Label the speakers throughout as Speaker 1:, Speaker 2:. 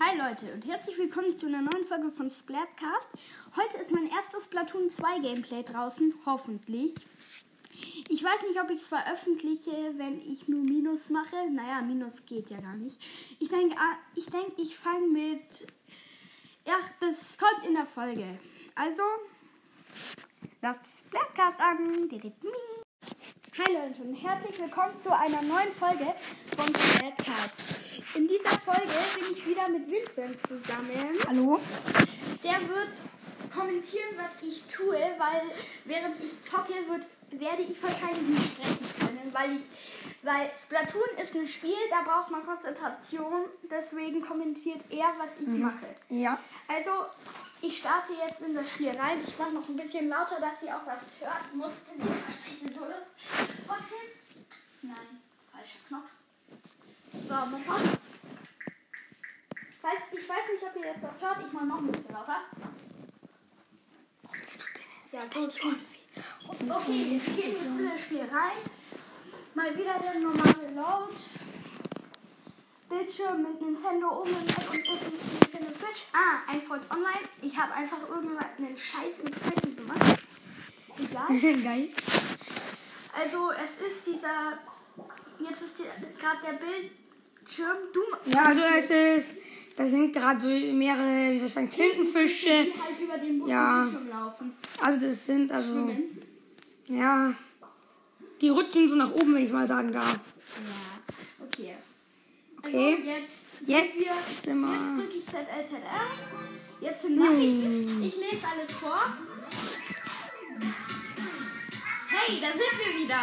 Speaker 1: Hi Leute und herzlich willkommen zu einer neuen Folge von Splatcast. Heute ist mein erstes Splatoon 2 Gameplay draußen, hoffentlich. Ich weiß nicht, ob ich es veröffentliche, wenn ich nur Minus mache. Naja, Minus geht ja gar nicht. Ich denke, ah, ich, denk, ich fange mit... Ja, das kommt in der Folge. Also, lasst Splatcast an. Hi Leute und herzlich willkommen zu einer neuen Folge von Splatcast. In dieser Folge bin ich wieder mit Vincent zusammen.
Speaker 2: Hallo?
Speaker 1: Der wird kommentieren, was ich tue, weil während ich zocke, wird, werde ich wahrscheinlich nicht sprechen können, weil ich, weil Splatoon ist ein Spiel, da braucht man Konzentration, deswegen kommentiert er, was ich mache.
Speaker 2: Ja.
Speaker 1: Also, ich starte jetzt in das Spiel rein. Ich mache noch ein bisschen lauter, dass ihr auch was hört. Musste die Verstriche so boxen? Nein, falscher Knopf. So, nochmal. Ich weiß, ich weiß nicht, ob ihr jetzt was hört. Ich mache noch ein bisschen lauter. Ja, so ist gut. Okay, jetzt geht jetzt in das Spiel rein. Mal wieder der normale Load. Bildschirm mit Nintendo oben im Eck und unten Nintendo Switch. Ah, ein Freund online. Ich habe einfach irgendwann einen Scheiß mit Ketten gemacht. Egal.
Speaker 2: Geil.
Speaker 1: Also es ist dieser. Jetzt ist gerade der Bildschirm. Du
Speaker 2: Ja, also es ist. Da sind gerade so mehrere, wie soll ich sagen, Tintenfische.
Speaker 1: die halt über den
Speaker 2: Ja.
Speaker 1: Bildschirm laufen.
Speaker 2: Also das sind also. Ja. Die rutschen so nach oben, wenn ich mal sagen darf.
Speaker 1: Ja. Okay.
Speaker 2: Okay.
Speaker 1: Also jetzt. sind
Speaker 2: Jetzt
Speaker 1: wir,
Speaker 2: sind wir-
Speaker 1: Jetzt drücke ich ZLZR. Jetzt sind Nachrichten. Ich lese alles vor. Hey, da sind wir wieder.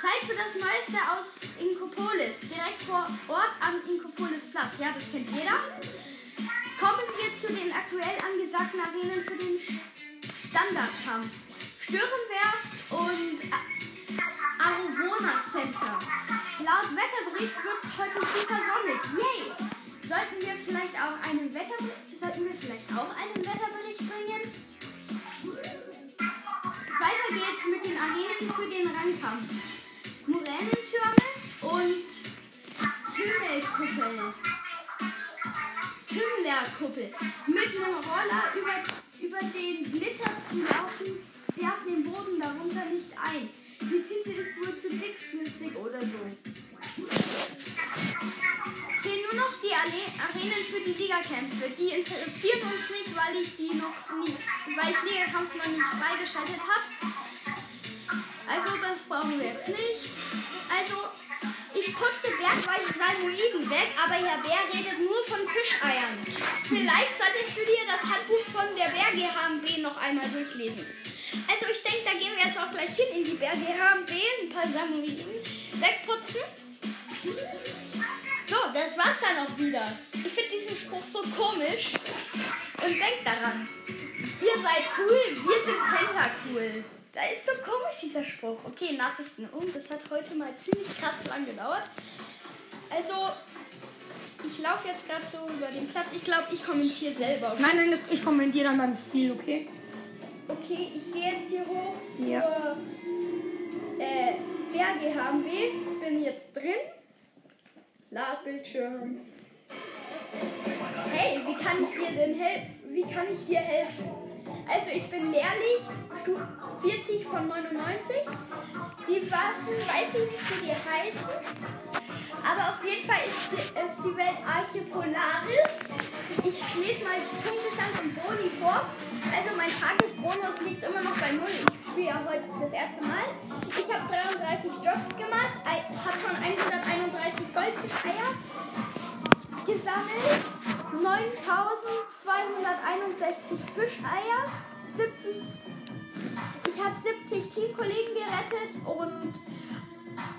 Speaker 1: Zeit für das Neueste aus Inkopolis. Direkt vor Ort am Inkopolisplatz. Ja, das kennt jeder. Kommen wir zu den aktuell angesagten Arenen für den Standardkampf. Störenwerft und A- Arovona Center. Laut Wetterbericht wird es heute super sonnig. Yay! Sollten wir vielleicht auch einen Wetterbericht, sollten wir vielleicht auch einen Wetterbericht bringen? Weiter geht's mit den Arenen für den Rangkampf. Moränentürme und Tümmelkuppel. Tümmlerkuppel. Mit einem Roller über, über den Glitter zu laufen, fährt den Boden darunter nicht ein. Die Tinte ist wohl zu dickflüssig oder so. Fehlen nur noch die Ale Arenen für die Ligakämpfe. Die interessiert uns nicht, weil ich die noch nicht, weil ich Ligakampf noch nicht freigeschaltet habe. Also das brauchen wir jetzt nicht. Also ich putze bergweise Salmoiden weg, aber Herr Bär redet nur von Fischeiern. Vielleicht solltest du dir das Handbuch von der Bär GmbH noch einmal durchlesen. Also ich denke, da gehen wir jetzt auch gleich hin in die Bär GmbH, ein paar Salmoiden wegputzen. So, das war's dann auch wieder. Ich finde diesen Spruch so komisch und denkt daran. Ihr seid cool, wir sind Tentacool. Da ist so komisch dieser Spruch. Okay, Nachrichten um. Das hat heute mal ziemlich krass lang gedauert. Also, ich laufe jetzt gerade so über den Platz. Ich glaube, ich kommentiere selber.
Speaker 2: Nein, nein, das, ich kommentiere dann beim Spiel, okay?
Speaker 1: Okay, ich gehe jetzt hier hoch zur
Speaker 2: Ja.
Speaker 1: äh, Berge HMW. Bin jetzt drin. Ladbildschirm. Hey, wie kann ich dir denn helfen? Wie kann ich dir helfen? Also ich bin Lehrling, Stu 40 von 99. Die Waffen weiß ich nicht, wie die heißen. Aber auf jeden Fall ist die, ist die Weltarche Polaris. Ich lese meinen Punktestand und Boni vor. Also mein Tagesbonus liegt immer noch bei 0. Ich spiele ja heute das erste Mal. Ich habe 33 Jobs gemacht, habe schon 131 Goldfischeier gesammelt. 9261 Fischeier. 70. Ich habe 70 Teamkollegen gerettet und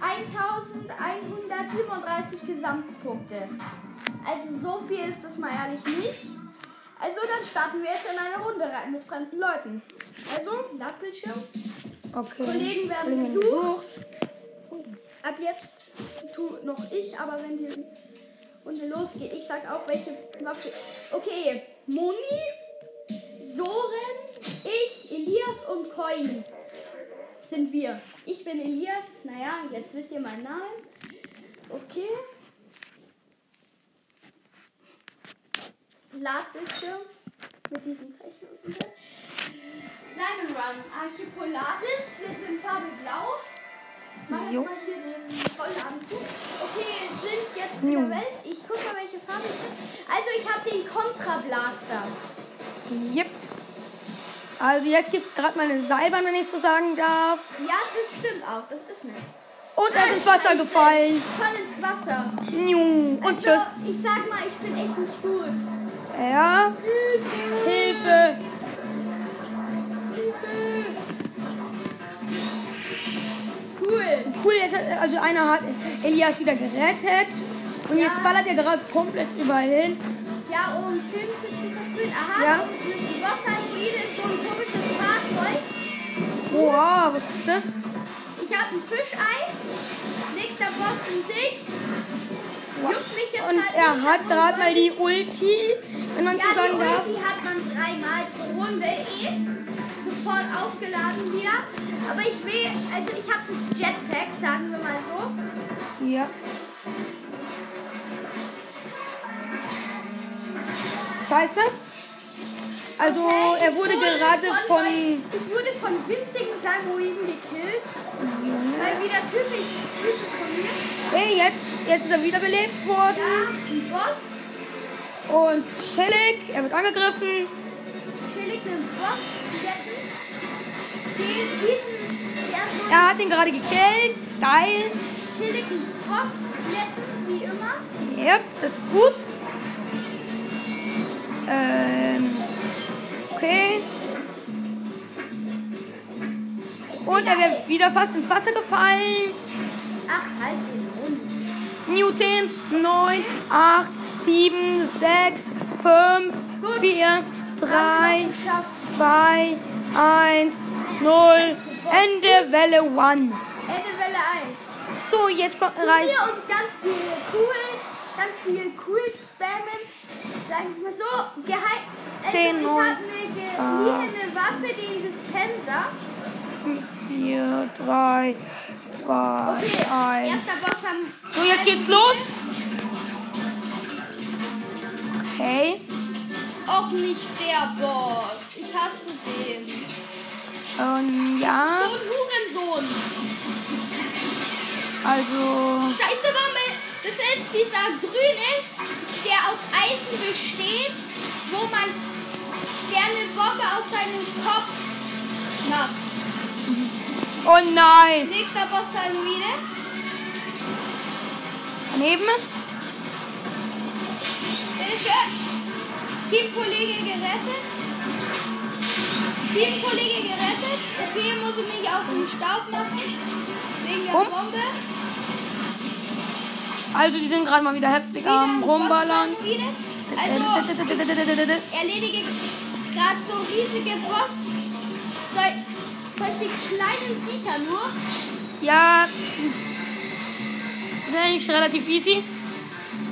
Speaker 1: 1137 Gesamtpunkte. Also so viel ist das mal ehrlich nicht. Also dann starten wir jetzt in eine Runde rein mit fremden Leuten. Also, Ladbildschirm.
Speaker 2: Okay.
Speaker 1: Kollegen werden
Speaker 2: Kollegen
Speaker 1: gesucht. Ab jetzt tu noch ich, aber wenn die Runde losgeht, ich sag auch welche Waffe. Okay, Moni, Soren, ich, Elias und Coin sind wir. Ich bin Elias, naja, jetzt wisst ihr meinen Namen. Okay. Ladbildschirm mit diesen Zeichnungen. Simon Run, Archipolaris, wir sind Farbe Blau. Mach jetzt
Speaker 2: Jo.
Speaker 1: mal hier den vollen zu. Okay, sind jetzt in
Speaker 2: Jo.
Speaker 1: der Welt. Ich guck mal, welche Farbe ich hab. Also, ich habe den Kontrablaster.
Speaker 2: Yep. Also jetzt gibt's gerade mal eine Seilbahn, wenn ich so sagen darf.
Speaker 1: Ja, das stimmt auch. Das ist nett.
Speaker 2: Und er ist ins Wasser
Speaker 1: Scheiße.
Speaker 2: gefallen.
Speaker 1: Voll ins Wasser.
Speaker 2: Nju. Und
Speaker 1: Also,
Speaker 2: tschüss.
Speaker 1: Ich sag mal, ich bin echt nicht gut.
Speaker 2: Ja. Hilfe.
Speaker 1: Cool.
Speaker 2: Cool, jetzt hat, also einer hat Elias wieder gerettet. Und jetzt
Speaker 1: Ja.
Speaker 2: ballert er gerade komplett überall hin.
Speaker 1: Ja, und Tim sitzt zu verspielen. Aha,
Speaker 2: Ja.
Speaker 1: und ein Boss-Android ist so ein komisches Fahrzeug.
Speaker 2: Wow, was ist
Speaker 1: Ich
Speaker 2: das?
Speaker 1: habe ein Fischei. Nächster Boss in Sicht. Juckt mich jetzt
Speaker 2: Und
Speaker 1: halt
Speaker 2: er
Speaker 1: nicht,
Speaker 2: hat
Speaker 1: warum
Speaker 2: gerade
Speaker 1: soll
Speaker 2: mal
Speaker 1: ich-
Speaker 2: die Ulti, wenn man
Speaker 1: Ja, die
Speaker 2: so sagen darf.
Speaker 1: Ulti hat man dreimal pro Runde eh. Sofort aufgeladen wieder. Aber ich will, also ich habe das Jetpack, sagen wir mal so.
Speaker 2: Ja. Scheiße. Also
Speaker 1: Hey,
Speaker 2: er wurde gerade von.
Speaker 1: Ich wurde von winzigen Sanguinen gekillt. Weil wieder typisch, typisch von mir.
Speaker 2: Hey, jetzt, jetzt ist er wiederbelebt
Speaker 1: Ja,
Speaker 2: worden.
Speaker 1: ein Boss.
Speaker 2: Und chillig, er wird angegriffen.
Speaker 1: chillig einen Boss retten. Den, diesen, erstmal
Speaker 2: Er hat ihn gerade gekillt. Geil.
Speaker 1: chillig einen Boss retten, wie immer.
Speaker 2: Ja, das ist gut. Ähm. Okay. Und er wäre wieder fast ins Wasser gefallen.
Speaker 1: Ach, halt den Mund.
Speaker 2: Newton, 9, 8, 7, 6, 5, 4, 3, 2, 1, 0. Ende Welle
Speaker 1: Ende Welle
Speaker 2: 1.
Speaker 1: 1.
Speaker 2: So, jetzt kommt
Speaker 1: Zu mir
Speaker 2: reicht.
Speaker 1: und ganz viel cool, ganz viel cool spammen. Sagen wir mal so, geheim. Also
Speaker 2: Zehn, Ah.
Speaker 1: ich
Speaker 2: neun,
Speaker 1: habe eine geliehene Waffe, den Dispenser.
Speaker 2: 4, 3, 2,
Speaker 1: Okay,
Speaker 2: 1.
Speaker 1: erster Boss haben.
Speaker 2: So, jetzt geht's los. Okay.
Speaker 1: Auch nicht der Boss. Ich hasse den.
Speaker 2: Ähm, ja,
Speaker 1: So ein Hurensohn.
Speaker 2: also.
Speaker 1: Scheiße Bumble, das ist dieser grüne, der aus Eisen besteht, wo man der eine Bombe aus seinem Kopf macht.
Speaker 2: Oh nein!
Speaker 1: Nächster Boss Salmoide.
Speaker 2: Daneben?
Speaker 1: Bitteschön. Teamkollege gerettet. Teamkollege gerettet. Okay, muss ich mich aus dem Staub machen. Wegen der
Speaker 2: Um.
Speaker 1: Bombe.
Speaker 2: Also, die sind gerade mal wieder heftig
Speaker 1: Wieder
Speaker 2: am
Speaker 1: ein
Speaker 2: Äh, Rumballern.
Speaker 1: Boss Salmoide. Also, erledige gerade so riesige Boss. Sol solche kleinen Viecher nur.
Speaker 2: Ja. Das ist eigentlich relativ easy.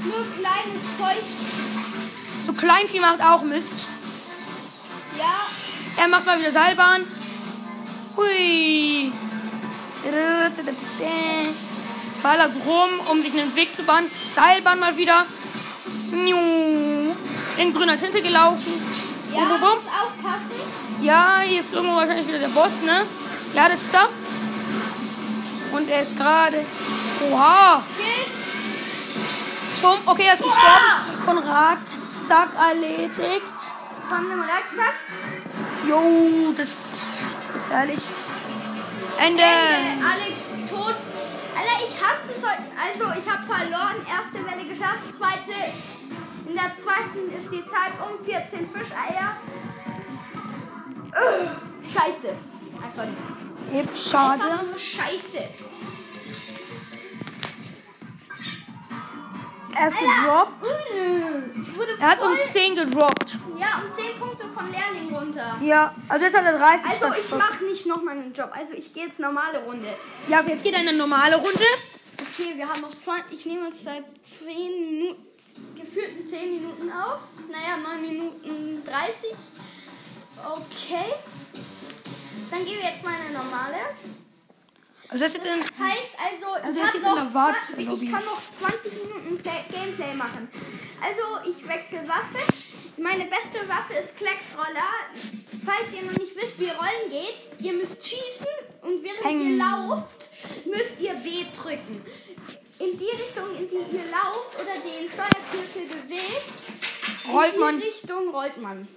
Speaker 1: Nur kleines Zeug.
Speaker 2: So Kleinvieh macht auch Mist.
Speaker 1: Ja,
Speaker 2: Er macht mal wieder Seilbahn. Hui. Ballert rum, um sich einen Weg zu bahnen. Seilbahn mal wieder. Nju. In grüner Tinte gelaufen.
Speaker 1: ja,
Speaker 2: Bum, bum, bum.
Speaker 1: muss aufpassen.
Speaker 2: Ja, hier ist irgendwo wahrscheinlich wieder der Boss, ne? Ja, das ist er. Und er ist gerade. Oha.
Speaker 1: Gilt.
Speaker 2: Bumm. Okay, er ist gestorben. Von Rackzack erledigt.
Speaker 1: Von dem Rucksack.
Speaker 2: Jo, das ist gefährlich. Ende.
Speaker 1: Ende. Alle tot. Alter, ich hasse es heute. Also, ich habe verloren. Erste Welle geschafft. Zweite. In der zweiten ist die Zeit um 14 Fischeier. Ugh, Scheiße. Einfach nicht.
Speaker 2: Hip,
Speaker 1: Einfach
Speaker 2: schade.
Speaker 1: nur Scheiße.
Speaker 2: Er ist gedroppt.
Speaker 1: Ich wurde
Speaker 2: Er hat um
Speaker 1: voll,
Speaker 2: 10 gedroppt.
Speaker 1: ja, um 10 Punkte von Lehrling runter.
Speaker 2: Ja, also jetzt hat er 30
Speaker 1: Also
Speaker 2: statt
Speaker 1: ich
Speaker 2: 40.
Speaker 1: mache nicht noch meinen Job. Also ich gehe jetzt normale Runde.
Speaker 2: Ja, jetzt geht eine normale Runde.
Speaker 1: Okay, wir haben noch 20. Ich nehme uns seit 10 Minuten, gefühlten 10 Minuten auf. Naja, 9 Minuten 30. Okay. Dann gehen wir jetzt mal eine normale.
Speaker 2: Also das ist jetzt in,
Speaker 1: Heißt also,
Speaker 2: Also
Speaker 1: ich,
Speaker 2: ich
Speaker 1: hab
Speaker 2: sitze in
Speaker 1: noch
Speaker 2: der
Speaker 1: zwa-
Speaker 2: Wartelobby.
Speaker 1: ich kann noch 20 Minuten Play Gameplay machen. Also ich wechsle Waffe. Meine beste Waffe ist Klecksroller. Falls ihr noch nicht wisst, wie Rollen geht, ihr müsst schießen und während ihr lauft, müsst ihr B drücken. In die Richtung, in die ihr lauft oder den Steuerknüppel bewegt,
Speaker 2: Rollt
Speaker 1: in die
Speaker 2: man.
Speaker 1: Richtung rollt man.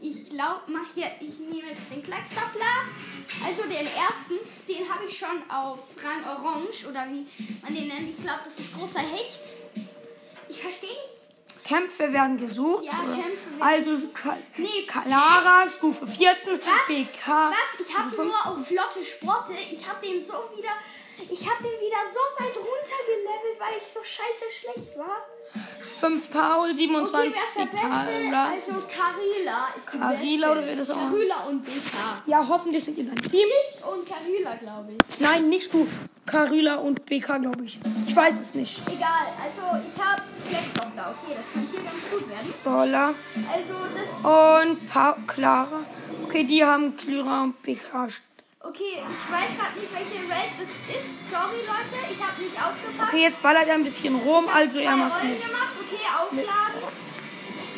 Speaker 1: Ich lau- mach hier, ich nehme jetzt den Kleckstapler, also den ersten, den habe ich schon auf Rang Orange oder wie man den nennt. Ich glaube, das ist großer Hecht. Ich verstehe nicht,
Speaker 2: Kämpfe werden gesucht.
Speaker 1: Ja, Kämpfe werden-
Speaker 2: Also Ka
Speaker 1: Nee,
Speaker 2: Kalara, Stufe 14,
Speaker 1: Was?
Speaker 2: BK.
Speaker 1: Was? Ich habe
Speaker 2: Stufe
Speaker 1: nur
Speaker 2: 15.
Speaker 1: auf flotte Sporte. Ich habe den so wieder. Ich habe den wieder so weit runtergelevelt, weil ich so scheiße schlecht war.
Speaker 2: 5 Paul,
Speaker 1: Okay,
Speaker 2: 27
Speaker 1: wer ist der Beste?
Speaker 2: Kalara.
Speaker 1: Also Carila ist die
Speaker 2: Carila
Speaker 1: Beste.
Speaker 2: oder wer das auch macht.
Speaker 1: Carila und BK.
Speaker 2: Ja, hoffentlich sind ihr dann Team.
Speaker 1: Ich und Carila, glaube ich.
Speaker 2: Nein, nicht du. Carila und BK, glaube ich. Ich weiß es nicht.
Speaker 1: Egal, also ich habe Blackstone da. Okay, das kann hier ganz gut werden.
Speaker 2: Sola
Speaker 1: Also das.
Speaker 2: und pa Clara. Okay, die haben Clara und BK.
Speaker 1: Okay, ich weiß gerade nicht, welche Welt das ist. Sorry, Leute, ich habe nicht aufgepasst.
Speaker 2: Okay, jetzt ballert er ein bisschen rum, also er
Speaker 1: Zwei
Speaker 2: macht
Speaker 1: Rollen
Speaker 2: nichts.
Speaker 1: gemacht. Okay, aufladen.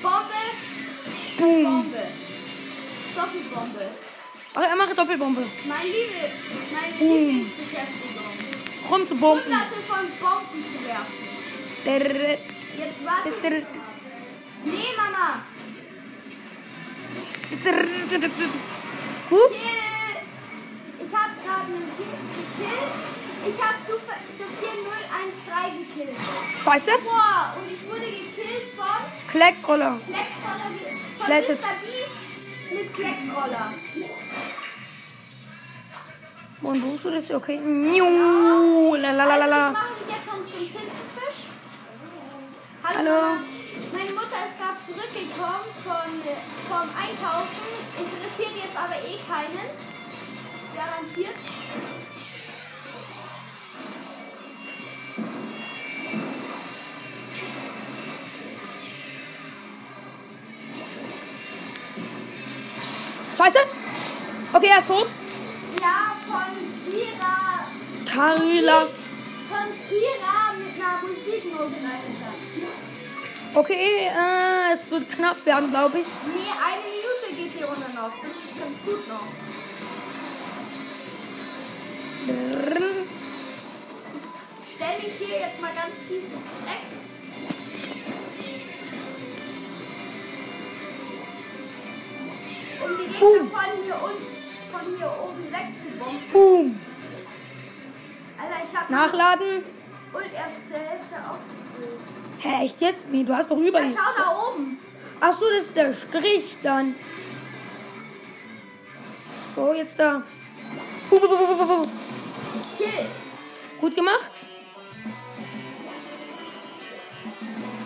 Speaker 1: Bombe.
Speaker 2: Boom.
Speaker 1: Bombe. Doppelbombe.
Speaker 2: Aber er macht Doppelbombe.
Speaker 1: Mein Liebe, meine Lieblingsbeschäftigung.
Speaker 2: Rum zu Hm. Bomben.
Speaker 1: Hunderte von Bomben zu werfen.
Speaker 2: Drrr,
Speaker 1: Jetzt warte.
Speaker 2: drrr, drrr,
Speaker 1: Nee, Mama.
Speaker 2: drrr, drrr, drrr. Hups.
Speaker 1: Kill. Ich habe gerade einen Kill gekillt. Ich habe zu, ver- zu 4013 gekillt.
Speaker 2: Scheiße.
Speaker 1: Boah, und ich wurde gekillt von
Speaker 2: Klecksroller.
Speaker 1: Flexroller. ge- Von
Speaker 2: Flatted.
Speaker 1: Mr. Beast mit Flexroller.
Speaker 2: Und wo ist das? Okay. Niu,
Speaker 1: Also, ich
Speaker 2: lalalala.
Speaker 1: mache mich jetzt schon zum Tintenfisch. Hallo.
Speaker 2: Hallo.
Speaker 1: Mama. Meine Mutter ist gerade zurückgekommen von, äh, vom Einkaufen, interessiert jetzt aber eh keinen. Garantiert.
Speaker 2: Scheiße. Okay, er ist tot.
Speaker 1: Ja, von Kira.
Speaker 2: Carila.
Speaker 1: Von Kira mit einer Musiknote reingelassen.
Speaker 2: Okay, äh, es wird knapp werden, glaube ich.
Speaker 1: Nee, eine Minute geht die Runde noch. Das ist ganz gut noch.
Speaker 2: Drrr.
Speaker 1: Ich stelle mich hier jetzt mal ganz fies ins Eck. Um die Gegner
Speaker 2: Boom.
Speaker 1: von hier unten, von hier oben wegzubomben.
Speaker 2: Boom.
Speaker 1: Alter, ich hab
Speaker 2: Nachladen.
Speaker 1: und erst zur Hälfte aufgefüllt.
Speaker 2: Hä, echt jetzt? Nee, du hast doch über.
Speaker 1: Ja, schau da oben.
Speaker 2: Achso, das ist der Strich dann. So, jetzt da. Uh, Buh, buh, buh, buh, buh, buh.
Speaker 1: Kill.
Speaker 2: Gut gemacht.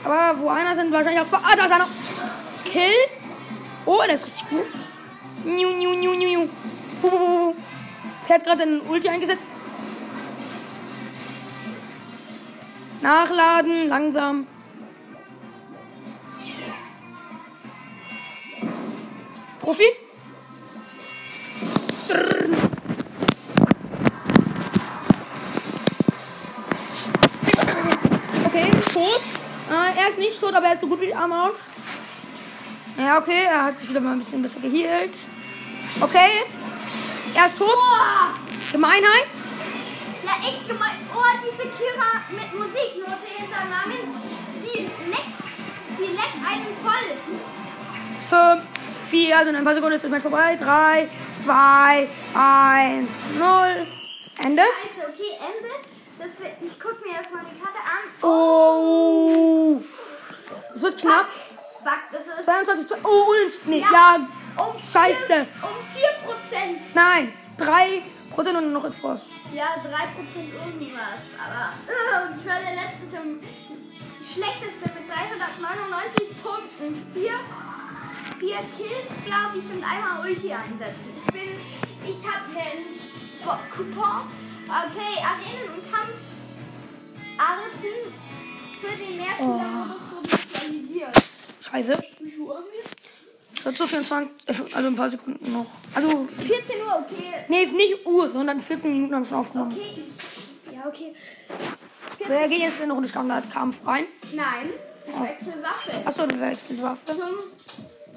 Speaker 2: Aber wo einer sind, wahrscheinlich auch zwei. Ah, da ist einer. Kill. Oh, der ist richtig gut. Niu, niu, niu, niu, niu. Uh, Buh, buh, buh, buh. Er hat gerade einen Ulti eingesetzt. Nachladen, langsam. Profi? Okay, tot. Äh, er ist nicht tot, aber er ist so gut wie am Arsch. Ja, okay, er hat sich wieder mal ein bisschen besser geheilt. Okay. Er ist tot.
Speaker 1: Boah.
Speaker 2: Gemeinheit.
Speaker 1: Ja, echt gemein. Oh, diese Kira mit Musiknote hinterm Namen. Die leckt, die leckt einen voll.
Speaker 2: 5, 4, also in ein paar Sekunden ist das Match vorbei. 3, 2, 1, 0. Ende.
Speaker 1: Scheiße, Also, okay, Ende. Das wird, ich guck mir jetzt mal die Karte an.
Speaker 2: Oh. Es wird knapp.
Speaker 1: Fuck, das ist.
Speaker 2: 22, 2, oh, und. Nee, ja.
Speaker 1: um
Speaker 2: Scheiße.
Speaker 1: Vier, um 4%.
Speaker 2: Nein. 3 Prozent und noch etwas.
Speaker 1: Ja, 3% irgendwas. Aber äh, ich war der letzte, Tim- schlechteste mit 399 Punkten. Vier, vier Kills, glaube ich, und einmal Ulti einsetzen. Ich bin. Ich habe einen Bo Coupon. Okay, Arenen und Kampfarten für den Mehrspielermodus oh. wurde realisiert.
Speaker 2: Scheiße.
Speaker 1: Wie viel Uhr haben wir?
Speaker 2: Es wird so 24, also ein paar Sekunden noch. Also
Speaker 1: 14 Uhr, okay.
Speaker 2: Nee, nicht Uhr, sondern 14 Minuten haben wir schon aufgenommen.
Speaker 1: Okay, ich. Ja, okay.
Speaker 2: Wir gehen jetzt in eine Runde Standardkampf rein.
Speaker 1: Oh. Nein, ich wechsle Waffe. Also
Speaker 2: Achso, du wechselst Waffe.
Speaker 1: Zum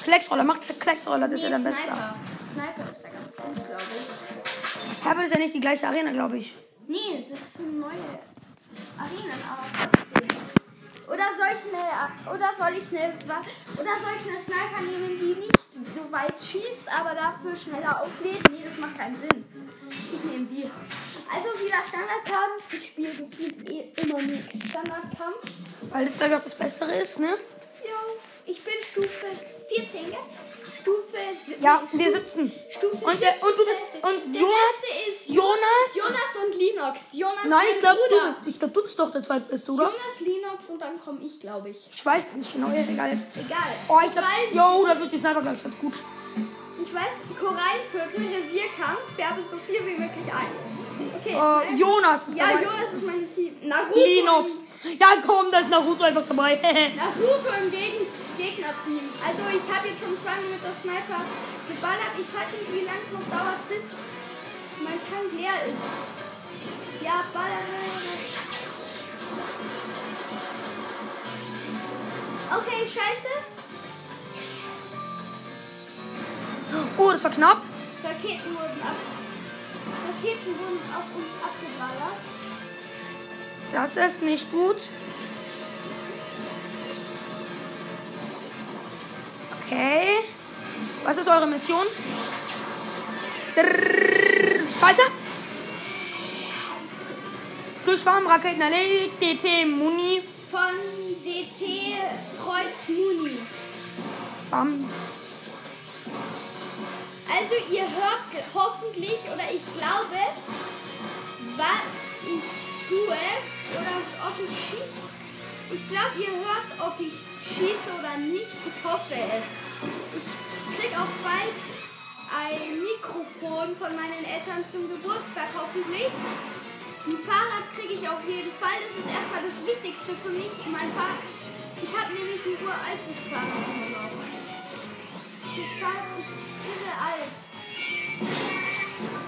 Speaker 2: Klecksroller, macht Klecksroller, das ist ja der Beste.
Speaker 1: Sniper. Sniper ist da ganz gut, glaube ich.
Speaker 2: Ja, Aber das ist ja nicht die gleiche Arena, glaube ich.
Speaker 1: Nee, das ist eine neue Arena, aber trotzdem. Oder soll ich eine, oder soll ich eine, Wa- oder soll ich eine Sniper nehmen, die nicht so weit schießt, aber dafür schneller auflädt? Nee, das macht keinen Sinn. Ich nehme die. Also wieder Standardkampf. Ich spiele gefühlt eh immer nur Standardkampf.
Speaker 2: Weil das, glaube ich, auch das Bessere ist, ne?
Speaker 1: Jo, ich bin Stufe 14, gell? Stufe 17.
Speaker 2: Ja, wir 17.
Speaker 1: Stufe
Speaker 2: Und der- und du bist- und
Speaker 1: der
Speaker 2: Jonas-
Speaker 1: erste ist
Speaker 2: Jonas?
Speaker 1: Jonas und Linux. Jonas
Speaker 2: Nein,
Speaker 1: mein
Speaker 2: ich glaube, du
Speaker 1: Bruder.
Speaker 2: bist, ich glaub, du bist doch der Zweitbeste, oder?
Speaker 1: Jonas, Linux und dann komme ich, glaube ich.
Speaker 2: Ich weiß es nicht genau, ja, egal jetzt.
Speaker 1: Egal.
Speaker 2: Oh, ich glaube,
Speaker 1: Korallen-
Speaker 2: yo, da wird die Sniper, glaube ich, ganz gut.
Speaker 1: ich weiß, Korallenviertel, Revierkampf, färbe so viel wie möglich ein. Okay,
Speaker 2: Äh,
Speaker 1: ich weiß-
Speaker 2: Jonas ist
Speaker 1: Ja,
Speaker 2: dabei.
Speaker 1: Jonas ist mein Team. Naruto.
Speaker 2: Linux. Ja, komm, da ist Naruto einfach
Speaker 1: im-
Speaker 2: dabei.
Speaker 1: Naruto im Gegen Gegnerteam. Also ich habe jetzt schon zweimal mit der Sniper geballert. Ich weiß nicht, wie lange es noch dauert, bis mein Tank leer ist. Ja, ballern. Okay, scheiße.
Speaker 2: oh, das war knapp.
Speaker 1: Raketen wurden ab. Raketen wurden auf uns abgeballert.
Speaker 2: Das ist nicht gut. Okay. Was ist eure Mission? Drrrr. Scheiße. Durch Schwarmraketen erledigt. DT Muni.
Speaker 1: Von DT Kreuz Muni.
Speaker 2: Bam.
Speaker 1: Also ihr hört ge- hoffentlich oder ich glaube, was ich tue oder ob ich schieße. Ich glaube, ihr hört, ob ich schieße oder nicht. Ich hoffe es. Ich krieg auch bald ein Mikrofon von meinen Eltern zum Geburtstag hoffentlich. Ein Fahrrad kriege ich auf jeden Fall. Das ist erstmal das Wichtigste für mich. Mein Fahrrad. Ich habe nämlich ein uraltes Fahrrad immer noch. Das Fahrrad ist irre alt.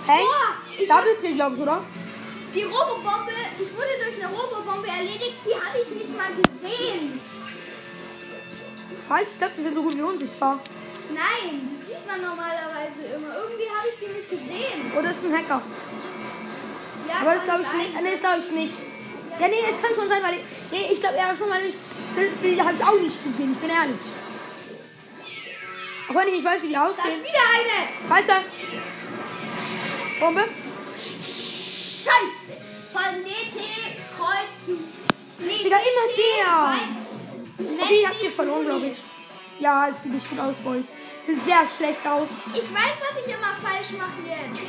Speaker 2: Hey.
Speaker 1: Boah, ich
Speaker 2: Double Kill, glaube ich, oder?
Speaker 1: Die Robobombe, ich wurde durch eine Robobombe erledigt, die habe ich nicht mal gesehen.
Speaker 2: Scheiße, ich glaube, die sind so gut wie unsichtbar.
Speaker 1: Nein, die sieht man normalerweise immer. Irgendwie habe ich die nicht gesehen.
Speaker 2: Oder ist ein Hacker?
Speaker 1: Ja,
Speaker 2: Aber
Speaker 1: kann
Speaker 2: das glaube ich
Speaker 1: sein.
Speaker 2: nicht. Nee, das glaube ich nicht. Ja, nee, es kann schon sein, weil ich. Nee, ich glaube eher schon, weil ich. Die habe ich auch nicht gesehen, ich bin ehrlich. Auch wenn ich nicht weiß, wie die
Speaker 1: Da ist
Speaker 2: aussehen.
Speaker 1: wieder eine.
Speaker 2: Scheiße! Bombe?
Speaker 1: Scheiße. Von DT Kreuzen. Nee,
Speaker 2: Digga, immer der!
Speaker 1: Nein.
Speaker 2: Okay, habt ihr verloren, glaube ich. Ja, es sieht nicht gut aus für euch. Sieht sehr schlecht aus.
Speaker 1: Ich weiß, was ich immer falsch mache jetzt.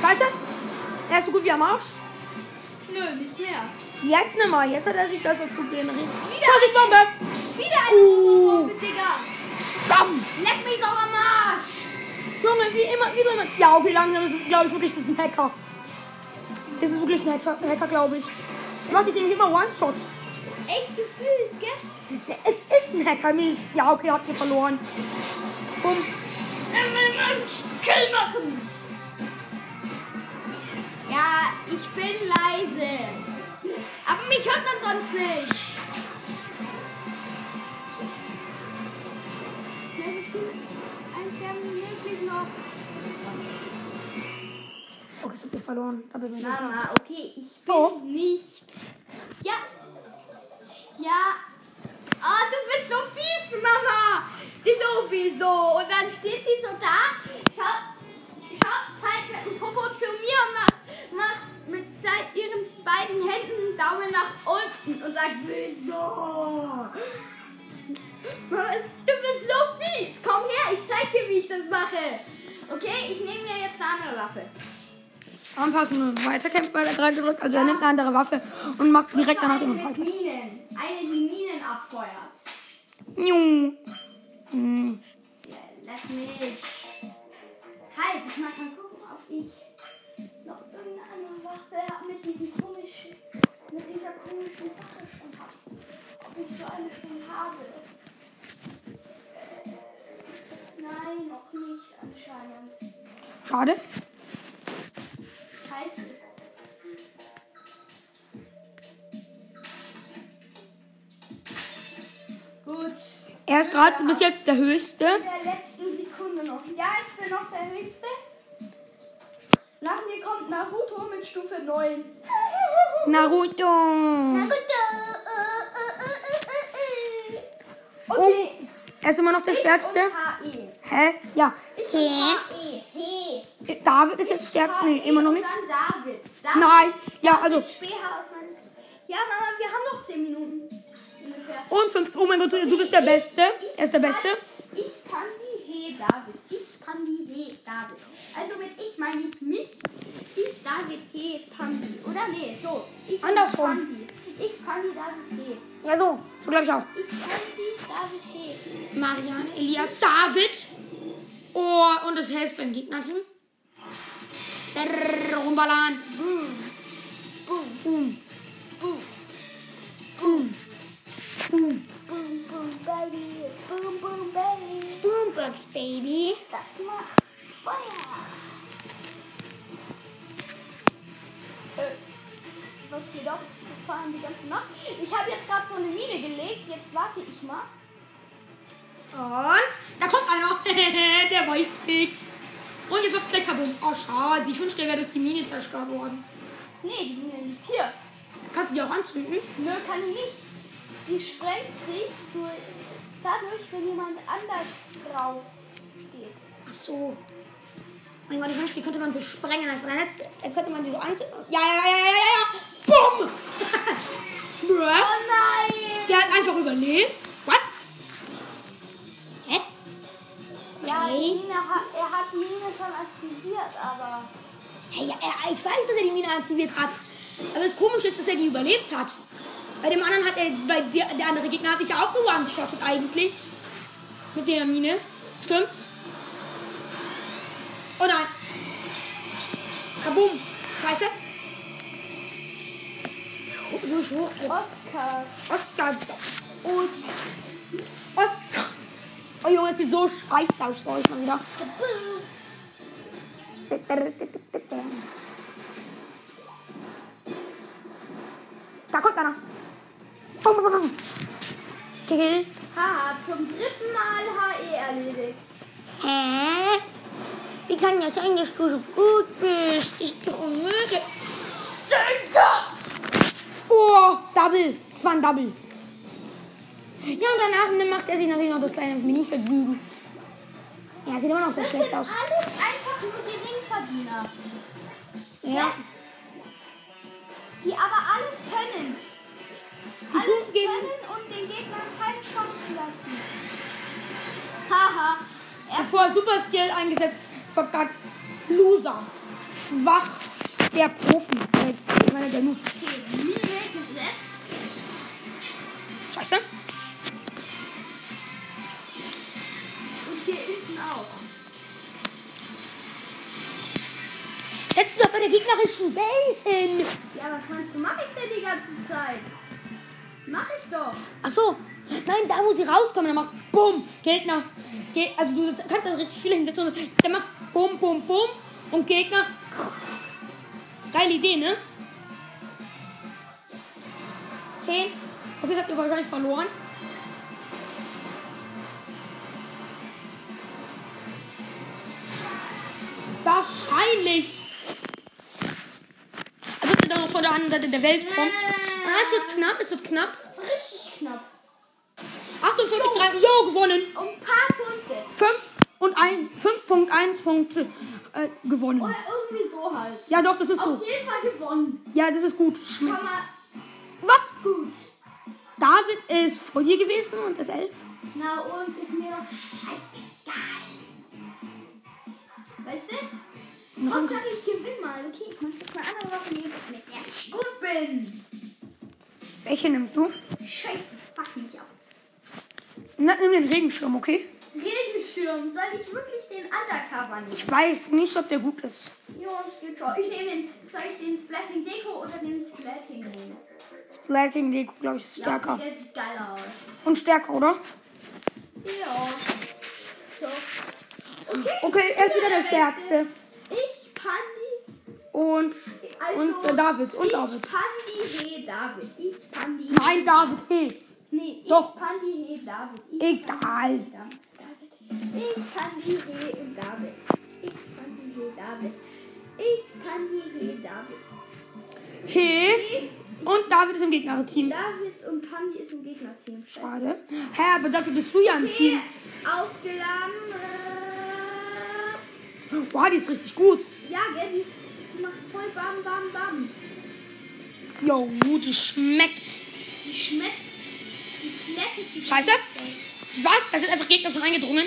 Speaker 2: Scheiße! Er ist so gut wie am Arsch.
Speaker 1: Nö, nicht mehr.
Speaker 2: Jetzt nimm mal, jetzt hat er sich das mal zu generiert.
Speaker 1: Wieder
Speaker 2: Vorsicht, Bombe!
Speaker 1: Wieder eine
Speaker 2: Uh.
Speaker 1: Robobombe, Digga.
Speaker 2: Bam!
Speaker 1: Leck mich doch am Arsch.
Speaker 2: Junge, wie immer, wie immer. Ja, okay, langsam ist es, glaube ich, wirklich, das ist ein Hacker. Das ist wirklich ein Hacker, Hacker glaube ich. Er macht dich nämlich immer One-Shot.
Speaker 1: Echt gefühlt, gell?
Speaker 2: Ja, Es ist ein Hacker, mir ist- Ja, okay, habt ihr verloren. Bumm.
Speaker 1: Er will uns Kill machen. Ja, ich bin leise. Aber mich hört man sonst nicht. Schnell gefühlt, Einfärben möglich noch.
Speaker 2: Okay, das habt ihr verloren. Da bin ich nicht.
Speaker 1: Mama, okay, ich bin
Speaker 2: Oh.
Speaker 1: nicht. Ja. Ja. Oh, du bist so fies, Mama. Die sowieso. Und dann steht sie so da, schaut, schaut zeigt mit dem Popo zu mir und macht, macht mit seit ihren beiden Händen einen Daumen nach unten und sagt, wieso? Mama, es- du bist so fies. Komm her, ich zeig dir, wie ich das mache. Okay, ich nehme mir jetzt eine andere Waffe.
Speaker 2: Anpassen, weiterkämpft bei der 3 gedrückt. Also er nimmt eine andere Waffe und macht direkt danach den
Speaker 1: Eine mit Minen. Eine, die Minen abfeuert.
Speaker 2: Ju. Hm.
Speaker 1: Ja, lass mich. Halt, ich mag mal gucken, ob ich noch irgendeine andere Waffe hab mit diesem komischen, mit dieser komischen Sache schon hab. Ob ich so eine schon habe. Äh, Nein, noch nicht anscheinend.
Speaker 2: Schade.
Speaker 1: Scheiße.
Speaker 2: ist gerade bis jetzt der höchste.
Speaker 1: In der letzten Sekunde noch. Ja, ich bin noch der Höchste. Nach mir kommt Naruto mit Stufe 9.
Speaker 2: Naruto.
Speaker 1: Naruto. äh, äh, äh, äh, äh.
Speaker 2: Oh, er ist immer noch der stärkste.
Speaker 1: Ich bin
Speaker 2: Hä? Ja. Hä?
Speaker 1: HE. HE.
Speaker 2: David ist jetzt stärker. Nee, immer noch
Speaker 1: E. Und
Speaker 2: nicht.
Speaker 1: Dann David. David.
Speaker 2: Nein. Ja, also.
Speaker 1: BH aus meinem- Ja, Mama, wir haben noch 10 Minuten. Ungefähr.
Speaker 2: Und 15. Oh mein Gott, du bist der Beste. Er ist der Beste.
Speaker 1: Ich, ich kann die He David. Ich kann die He David. Also mit ich meine ich mich. Ich David He Pandi. Oder nee, so. Ich
Speaker 2: Andersrum.
Speaker 1: Pandi. Ich Pandi David He.
Speaker 2: Ja, so. Also, So glaube ich auch.
Speaker 1: Ich Pandi David He.
Speaker 2: Marianne, Elias, David. Oh, und das heißt beim Gegnerchen. Brrr, Rumballern.
Speaker 1: Boom,
Speaker 2: Boom.
Speaker 1: boom,
Speaker 2: Boom. Boom.
Speaker 1: boom, boom, baby. Boom, boom, baby.
Speaker 2: Boombox, Baby.
Speaker 1: Das macht Feuer. Äh, was geht ab? Wir fahren die ganze Nacht. Ich habe jetzt gerade so eine Mine gelegt. Jetzt warte ich mal.
Speaker 2: Und da kommt einer. der weiß nix. Und jetzt wird's gleich kaputt. Oh, schade. Ich wünschte, der wäre durch die Mine zerstört worden.
Speaker 1: Nee, die Mine liegt hier.
Speaker 2: Kannst du die auch anzünden?
Speaker 1: Nö, kann ich nicht. Die sprengt sich durch, dadurch, wenn jemand anders drauf geht.
Speaker 2: Ach so. Mein Gott, ich wünschte, die könnte man so sprengen. einfach. Dann hätte- Dann könnte man die so anzünden. Ja, ja, ja, ja, ja, ja. Bumm. Bruh.
Speaker 1: Oh nein!
Speaker 2: Der hat einfach überlebt. What? Hä?
Speaker 1: Ja, die
Speaker 2: Okay.
Speaker 1: Mine hat, er hat die Mine schon aktiviert, aber.
Speaker 2: Hey, ja, er- ich weiß, dass er die Mine aktiviert hat. Aber das Komische ist, dass er die überlebt hat. Bei dem anderen hat er, bei der, der andere Gegner hat dich ja auch gewandt eigentlich. Mit der Mine. Stimmt's? Oh nein. Kabum. Scheiße. Oh, hoch, hoch.
Speaker 1: Oscar.
Speaker 2: Oscar. Oscar. Oscar. Oh Junge, es sieht so scheiße aus für euch mal wieder.
Speaker 1: Kaboom!
Speaker 2: Da kommt einer. Bum, bum, bum. Kill.
Speaker 1: Haha, zum dritten Mal HE erledigt.
Speaker 2: Hä? Wie kann das sein, dass du so gut bist? Ist doch unmöglich.
Speaker 1: Stinker!
Speaker 2: Oh, Double. Das war ein Double. Ja, und danach dann macht er sich natürlich noch das kleine Mini-Vergnügen. Ja, sieht immer noch so
Speaker 1: Das
Speaker 2: schlecht
Speaker 1: sind
Speaker 2: aus.
Speaker 1: alles einfach nur Geringverdiener,
Speaker 2: Ja.
Speaker 1: die aber alles können.
Speaker 2: Die
Speaker 1: Alles
Speaker 2: tun gegen-
Speaker 1: können und den Gegnern keine Chance lassen. Haha.
Speaker 2: Bevor Super Skill eingesetzt, verkackt. Loser. Schwach. Der Profi. Äh, ich meine, der Noob.
Speaker 1: Okay, Mine gesetzt.
Speaker 2: Scheiße.
Speaker 1: Und hier hinten auch.
Speaker 2: Setz dich doch bei der gegnerischen Base hin.
Speaker 1: Ja, was meinst du, mache ich denn die ganze Zeit? Mach ich doch.
Speaker 2: Ach so. Nein, da wo sie rauskommen, dann macht Bumm. Gegner. Ge also du kannst da richtig viele hinsetzen. und Dann macht Bumm, Bumm, Bumm. Und Gegner. Geile Idee, ne? Zehn. Okay, das habt ihr wahrscheinlich verloren. Wahrscheinlich. Also habt ihr da noch von der anderen Seite der Welt kommt. Ah, es wird knapp, es wird knapp.
Speaker 1: Richtig knapp.
Speaker 2: 58, 3. Jo, gewonnen.
Speaker 1: Um ein paar Punkte.
Speaker 2: 5 und 1. 5.1 Punkte äh, gewonnen.
Speaker 1: Oder irgendwie so halt.
Speaker 2: Ja, doch, das ist so.
Speaker 1: Auf jeden Fall gewonnen.
Speaker 2: Ja, das ist gut. Schmeckt.
Speaker 1: Komma
Speaker 2: Was?
Speaker 1: gut.
Speaker 2: David ist vor dir gewesen und ist 11.
Speaker 1: Na und ist mir doch scheißegal. Weißt du? Hauptsache ich gewinn mal. Okay, ich muss jetzt mal andere Woche nehmen, mit der ich gut bin.
Speaker 2: Welche nimmst du?
Speaker 1: Scheiße, fuck mich auf.
Speaker 2: Na, nimm den Regenschirm, okay?
Speaker 1: Regensturm, soll ich wirklich den Undercover nehmen?
Speaker 2: Ich weiß nicht, ob der gut ist.
Speaker 1: Ja, ich geht schon. Ich nehme den, soll ich den Splatting Deko oder den Splatting nehmen?
Speaker 2: Splating Deko, glaube ich, ist
Speaker 1: Ja, okay,
Speaker 2: stärker.
Speaker 1: der sieht geil aus.
Speaker 2: Und stärker, oder?
Speaker 1: Ja. So. Okay.
Speaker 2: Okay, er ist wieder der Stärkste.
Speaker 1: Ich Pandi
Speaker 2: Und,
Speaker 1: Also,
Speaker 2: und der David. Und
Speaker 1: ich
Speaker 2: David.
Speaker 1: Pandi, hey David. Ich Pandi.
Speaker 2: Nein, David, hey.
Speaker 1: Nee,
Speaker 2: Doch.
Speaker 1: ich kann die He David. Ich
Speaker 2: Egal.
Speaker 1: Kann die He David. Ich kann die He im David. Ich kann die He David. Ich kann die He David.
Speaker 2: He. Und David ist im Gegnerteam.
Speaker 1: David und Pandi ist im Gegnerteam.
Speaker 2: Schade. Hä, aber dafür bist du ja im
Speaker 1: Okay,
Speaker 2: Team.
Speaker 1: aufgeladen. Äh,
Speaker 2: Wow, die ist richtig gut.
Speaker 1: Ja, gell, die ist- die macht voll bam, bam, bam.
Speaker 2: Jo, die schmeckt.
Speaker 1: Die schmeckt. Die glättet die
Speaker 2: Scheiße. Was? Da sind einfach Gegner schon eingedrungen.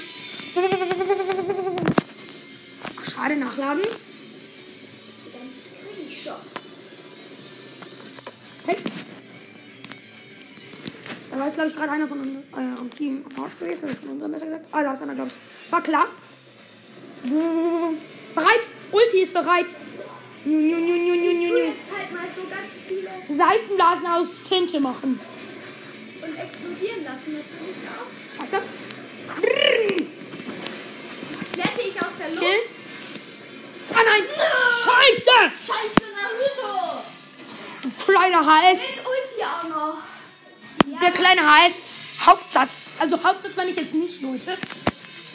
Speaker 2: Ach, Schade, nachladen.
Speaker 1: Dann krieg ich Schock.
Speaker 2: Hey. Da war jetzt, glaube ich, gerade einer von unserem- eurem Team am Arsch gewesen. Das ist von unserem besser gesagt. Ah, da ist einer, glaube ich. War klar. Bereit. Ulti ist bereit. Nu, nu, nu, nu, nu,
Speaker 1: Ich
Speaker 2: nu,
Speaker 1: tu
Speaker 2: nu.
Speaker 1: jetzt halt mal so ganz viele
Speaker 2: Seifenblasen aus Tinte machen.
Speaker 1: und explodieren lassen natürlich auch.
Speaker 2: Scheiße.
Speaker 1: Glätte ich aus der Luft.
Speaker 2: Kill. Ah nein! Scheiße!
Speaker 1: Scheiße, Naruto!
Speaker 2: Du kleiner HS!
Speaker 1: Mit Ulti auch noch.
Speaker 2: Der kleine HS! Hauptsatz! Also Hauptsatz meine ich jetzt nicht, Leute.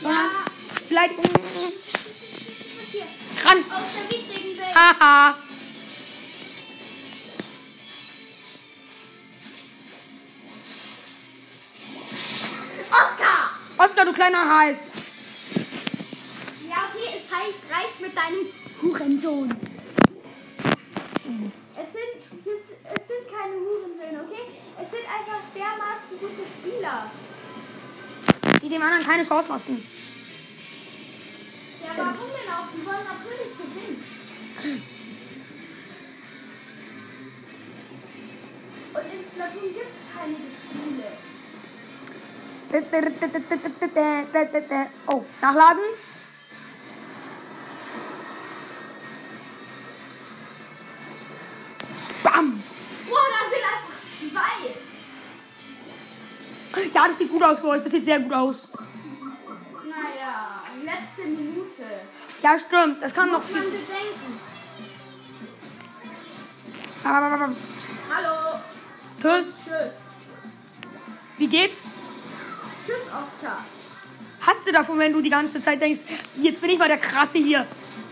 Speaker 1: Ja,
Speaker 2: Vielleicht. um
Speaker 1: hier.
Speaker 2: Ran!
Speaker 1: Aus der wichtigen Welt.
Speaker 2: Haha!
Speaker 1: Oscar!
Speaker 2: Oskar, du kleiner HS!
Speaker 1: Ja, okay, es reicht, reicht mit deinem Hurensohn. Es sind, es, ist, es sind keine Hurensöhne, okay? Es sind einfach dermaßen gute Spieler.
Speaker 2: Die dem anderen keine Chance lassen.
Speaker 1: Ja, warum denn auch? Die wollen natürlich gewinnen. Und in Splatoon gibt es keine Gefühle.
Speaker 2: Oh, nachladen? Bam!
Speaker 1: Boah, da sind einfach zwei.
Speaker 2: Ja, das sieht gut aus für euch. Das sieht sehr gut aus.
Speaker 1: Naja, letzte Minute.
Speaker 2: Ja, stimmt. Das kann noch
Speaker 1: Muss man
Speaker 2: viel.
Speaker 1: bedenken.
Speaker 2: Tschüss.
Speaker 1: Hallo, tschüss.
Speaker 2: Wie geht's?
Speaker 1: Tschüss, Oscar.
Speaker 2: Hast du davon, wenn du die ganze Zeit denkst, jetzt bin ich mal der Krasse hier.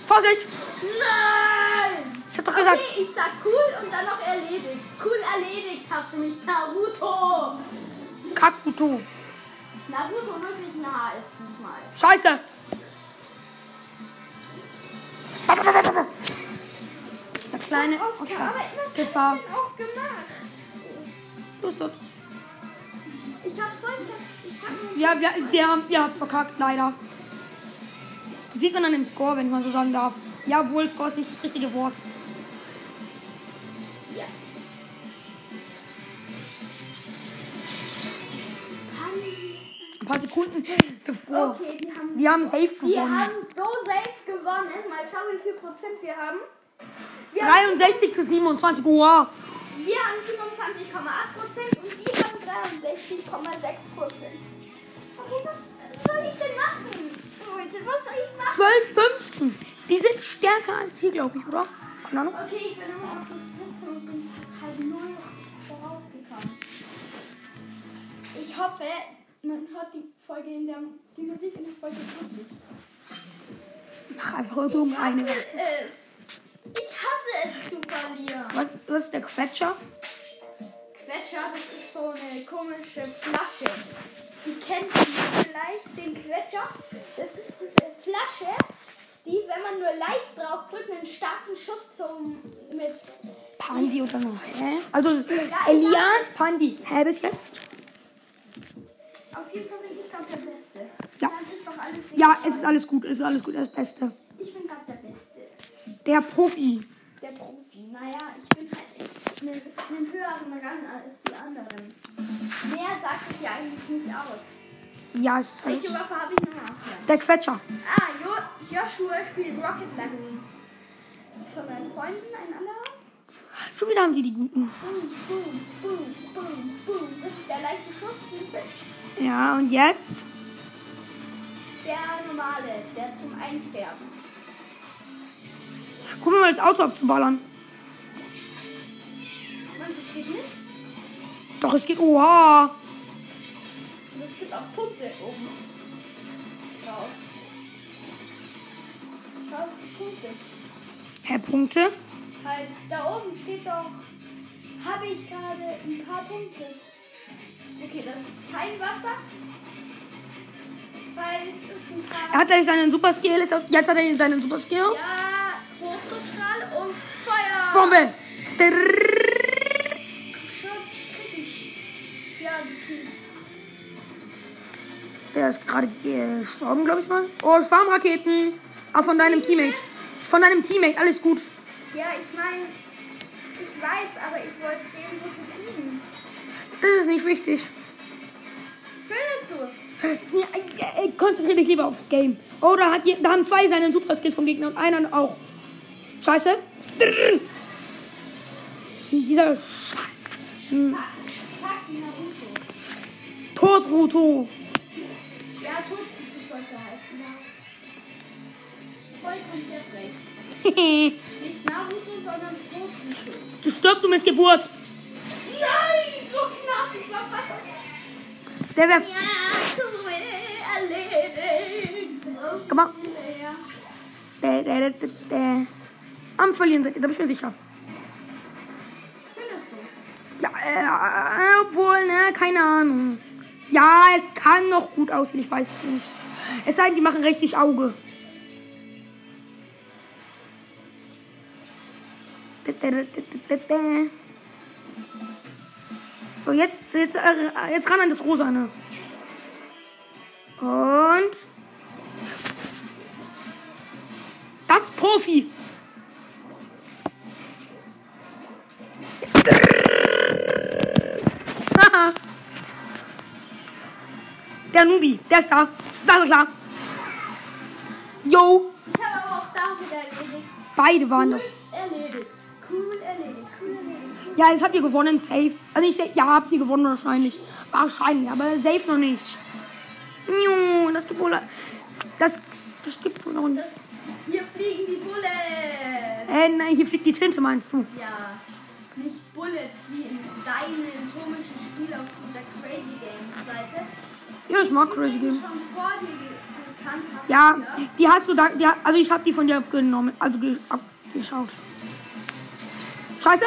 Speaker 2: Vorsicht!
Speaker 1: Nein!
Speaker 2: Ich hab doch gesagt,
Speaker 1: Okay, ich sag cool und dann noch erledigt. Cool erledigt hast du mich, Naruto.
Speaker 2: Kakuto.
Speaker 1: Naruto wirklich nah ist diesmal.
Speaker 2: Scheiße! Dieser kleine Oscar. Gefahr.
Speaker 1: auch gemacht?
Speaker 2: Los, los.
Speaker 1: Ich hab voll ver- ich hab
Speaker 2: Ja, wir, der, ihr habt verkackt, leider. Das sieht man an dem Score, wenn ich mal so sagen darf. Ja, wohl, Score ist nicht das richtige Wort.
Speaker 1: ja. Kann-
Speaker 2: Ein paar Sekunden bevor.
Speaker 1: Okay, die haben,
Speaker 2: Wir haben safe
Speaker 1: die
Speaker 2: gewonnen.
Speaker 1: haben so safe gewonnen. Mal schauen, wie viel Prozent wir haben. Wir haben
Speaker 2: 63 zu 27. Wow.
Speaker 1: Wir haben 27,8% und die haben 63,6%. Okay, was soll ich denn machen, Leute? Was soll ich machen?
Speaker 2: 12, 15. Die sind stärker als hier, glaube ich, oder? Keine Ahnung.
Speaker 1: Okay, ich bin immer auf der Sitzung und bin halb null vorausgekommen. Ich hoffe, man hört die Folge in der die Musik in der Folge wirklich.
Speaker 2: Mach einfach irgendeine.
Speaker 1: Ich hasse es. Ich hasse es zu verlieren.
Speaker 2: Was, was ist der Quetscher?
Speaker 1: Quetscher, das ist so eine komische Flasche. Die kennt ihr vielleicht, den Quetscher. Das ist diese Flasche, die, wenn man nur leicht drauf drückt, einen starken Schuss zum mit.
Speaker 2: Pandi oder noch? Hä? Also, Elias Pandi. Hä, bis jetzt?
Speaker 1: Auf jeden Fall bin ich gerade der Beste.
Speaker 2: Ja.
Speaker 1: Das ist doch alles
Speaker 2: Ja, es ist alles gut, es ist alles gut, er ist das Beste.
Speaker 1: Ich bin gerade der Beste.
Speaker 2: Der Profi.
Speaker 1: Der Profi. Naja, ich bin halt in einem höheren Rang als die anderen. Mehr sagt es ja eigentlich nicht aus.
Speaker 2: Ja, es ist
Speaker 1: Welche
Speaker 2: halt
Speaker 1: Waffe habe ich noch?
Speaker 2: Der Quetscher.
Speaker 1: Ah, jo Joshua spielt Rocket Lagoon. Von meinen Freunden, ein anderer.
Speaker 2: Schon wieder haben sie die guten.
Speaker 1: Boom, boom, boom, boom, boom. Das ist der leichte Schuss, siehst du?
Speaker 2: Ja, und jetzt?
Speaker 1: Der normale, der zum Einfärben.
Speaker 2: Gucken wir mal das Auto abzuballern.
Speaker 1: Und es geht nicht?
Speaker 2: Doch, es geht. Oha.
Speaker 1: Und es gibt auch Punkte oben drauf. Schau, es gibt Punkte.
Speaker 2: Hä, Punkte?
Speaker 1: Halt, da oben steht doch, habe ich gerade ein paar Punkte. Okay, das ist kein Wasser. Weil es ist ein
Speaker 2: Er
Speaker 1: paar.
Speaker 2: hat ja seinen Super Skill. ist auch- Jetzt hat er seinen Super Skill.
Speaker 1: Ja, Hochtotal und Feuer.
Speaker 2: Bombe! Drrrr.
Speaker 1: Schau, krieg ich. Ja, gekriegt.
Speaker 2: Der ist gerade gestorben, glaube ich mal. Oh, Schwarmraketen. Ah, von deinem Teammate. Von deinem Teammate, alles gut.
Speaker 1: Ja, ich meine, ich weiß, aber ich wollte sehen, wo sie fliegen.
Speaker 2: Das ist nicht wichtig.
Speaker 1: Findest du?
Speaker 2: Ja, äh, äh, Konzentriere dich lieber aufs Game. Oh, da, hat, je- da haben zwei seinen Super Skill vom Gegner und einer auch. Scheiße. Drrrr. Dieser Sch
Speaker 1: Fuck, die Naruto.
Speaker 2: Torsruto.
Speaker 1: Ja, tot ist die Folge heißen. Ja. Vollkommen recht. Nicht Naruto, sondern Totruto.
Speaker 2: du stirbst um Geburt.
Speaker 1: Nein, so knapp, ich war fast
Speaker 2: Der wäre.
Speaker 1: Ja, du erledigt.
Speaker 2: Komm mal. Der, der, der, der, der. Am Verlieren, seid ihr, da bin ich mir sicher.
Speaker 1: Findest du?
Speaker 2: Ja, äh, obwohl, ne, keine Ahnung. Ja, es kann noch gut aussehen, ich weiß es nicht. Es sei denn, die machen richtig Auge. So, jetzt, jetzt, äh, jetzt ran an das Rosane. Und. Das Profi. Haha. Der Nubi, der ist da. Da ist er. Yo,
Speaker 1: Ich habe aber auch da wieder erledigt.
Speaker 2: beide waren das.
Speaker 1: Erledigt. Cool erledigt. Cool erledigt. Cool.
Speaker 2: Ja, jetzt habt ihr gewonnen, safe. Also nicht safe, ja, habt ihr gewonnen wahrscheinlich. Wahrscheinlich, aber safe noch nicht. Juh, das gibt wohl... Das, das gibt wohl noch... ein-
Speaker 1: Das, hier fliegen die Bullets.
Speaker 2: Äh, nein, hier fliegt die Tinte, meinst du?
Speaker 1: Ja, nicht Bullets wie in deinem komischen Spiel auf dieser Crazy Games Seite.
Speaker 2: Ja, ich mag Crazy
Speaker 1: Die du
Speaker 2: Games.
Speaker 1: schon vor dir ge- gekannt hast.
Speaker 2: Ja,
Speaker 1: ne?
Speaker 2: die hast du da... Die, ha- also ich hab die von dir abgenommen. Also ge, abgeschaut. Scheiße.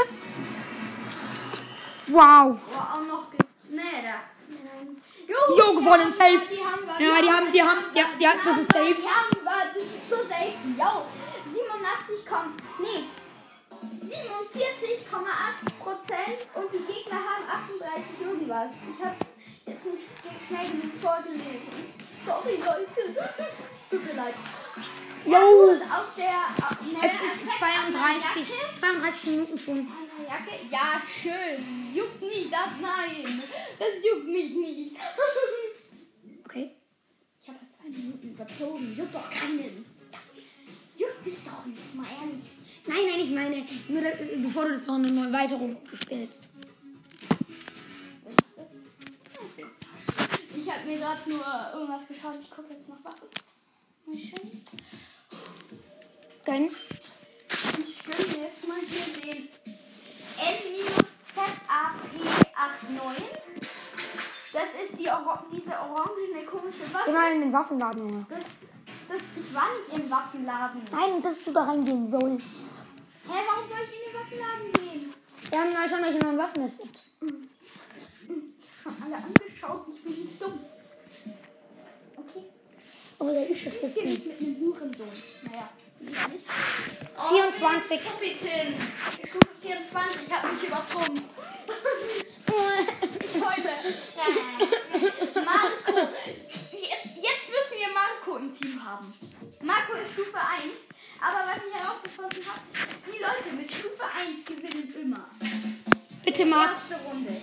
Speaker 2: Wow.
Speaker 1: Boah, auch noch. Ge nee, da. Nein. Jo,
Speaker 2: Jo,
Speaker 1: die
Speaker 2: gewonnen,
Speaker 1: haben wir,
Speaker 2: safe.
Speaker 1: Die haben wir,
Speaker 2: Ja, die haben- die haben-
Speaker 1: wir,
Speaker 2: ja, die haben- das ist
Speaker 1: haben wir,
Speaker 2: safe.
Speaker 1: Die haben wir, das ist so safe. Jo, 87, komm. Nee. 47,8 Prozent und die Gegner haben 38 irgendwas. Ich habe jetzt nicht schnell genug vorgelesen. Sorry, Leute. Tut mir leid. Ja,
Speaker 2: Jo.
Speaker 1: gut, auf der. auf- ne, Aspekt an der Jacke.
Speaker 2: 32 Minuten schon.
Speaker 1: An der Jacke? Ja, schön. Juckt nicht das, nein. Das juckt mich nicht.
Speaker 2: Okay.
Speaker 1: Ich habe zwei Minuten überzogen. Juckt doch keinen. Juckt mich doch nicht, mal ehrlich.
Speaker 2: Nein, nein, ich meine, nur da, bevor du das noch eine neue Erweiterung spielst.
Speaker 1: Ich habe mir gerade nur irgendwas geschaut. Ich gucke jetzt noch Waffen. Mal schön.
Speaker 2: Dann
Speaker 1: Ich will jetzt mal hier den N-ZAP89. Das ist die Ora- diese orangene komische Waffe.
Speaker 2: immer in den Waffenladen, Junge.
Speaker 1: Das, das, ich war nicht im Waffenladen. Hä,
Speaker 2: Nein, dass du da reingehen sollst.
Speaker 1: warum soll ich in den Waffenladen gehen?
Speaker 2: Wir haben halt schon welche neuen Waffen ist.
Speaker 1: Schon alle angeschaut, ich bin nicht dumm. Okay,
Speaker 2: Oh, der ist das
Speaker 1: ich bin
Speaker 2: nicht.
Speaker 1: nicht mit einem Hurensohn. Naja, ich nicht.
Speaker 2: 24.
Speaker 1: Oh, die Puppitin. Stufe 24 hat mich übertrumpft. Ich heule. Äh, Marco. Jetzt, jetzt müssen wir Marco im Team haben. Marco ist Stufe 1. Aber was ich herausgefunden habe, die Leute mit Stufe 1 gewinnen immer.
Speaker 2: Bitte, Marc.
Speaker 1: Erste Runde.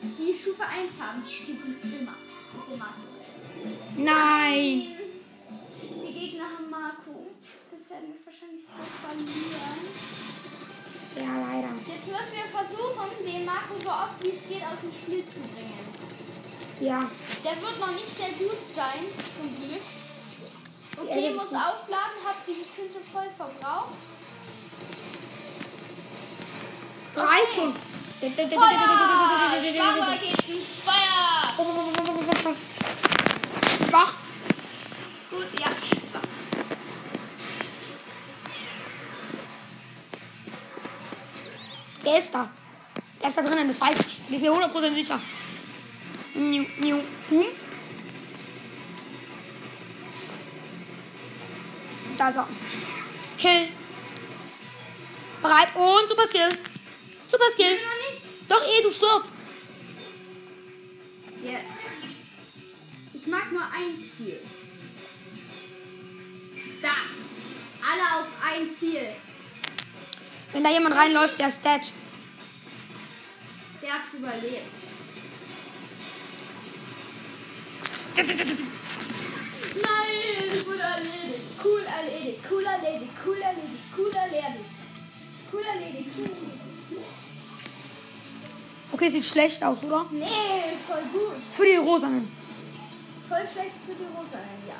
Speaker 1: Die Stufe 1 haben, gewinnt immer. Bitte Marco.
Speaker 2: Nein.
Speaker 1: Die Gegner haben Marco. Das werden wir wahrscheinlich so verlieren.
Speaker 2: Ja, leider.
Speaker 1: Jetzt müssen wir versuchen, den Marco so oft wie es geht aus dem Spiel zu bringen.
Speaker 2: Ja.
Speaker 1: Der wird noch nicht sehr gut sein, zum Glück.
Speaker 2: Ja,
Speaker 1: Okay,
Speaker 2: das ist
Speaker 1: muss
Speaker 2: gut.
Speaker 1: aufladen, hab die Tinte voll verbraucht.
Speaker 2: Reitung.
Speaker 1: Feuer! Schwarmraketen, Feuer!
Speaker 2: Schwach.
Speaker 1: Gut, ja.
Speaker 2: Der ist da. Der ist da drinnen, das weiß ich. Bin mir 100% sicher. Niu, niu, boom. Da ist er. Kill. Bereit und super Skill. Super Skill.
Speaker 1: Noch nicht?
Speaker 2: Doch, eh, du stirbst.
Speaker 1: Jetzt. Ich mag nur ein Ziel. Da. Alle auf ein Ziel.
Speaker 2: Wenn da jemand reinläuft, der ist dead.
Speaker 1: Der hat's überlebt. Nein, ich wurde erledigt. Cool erledigt, cool erledigt, cool erledigt, cool erledigt. Cool erledigt, cool erledigt.
Speaker 2: Okay, sieht schlecht aus, oder?
Speaker 1: Nee, voll gut.
Speaker 2: Für die Rosanen.
Speaker 1: Voll schlecht für die Rosa. Ja.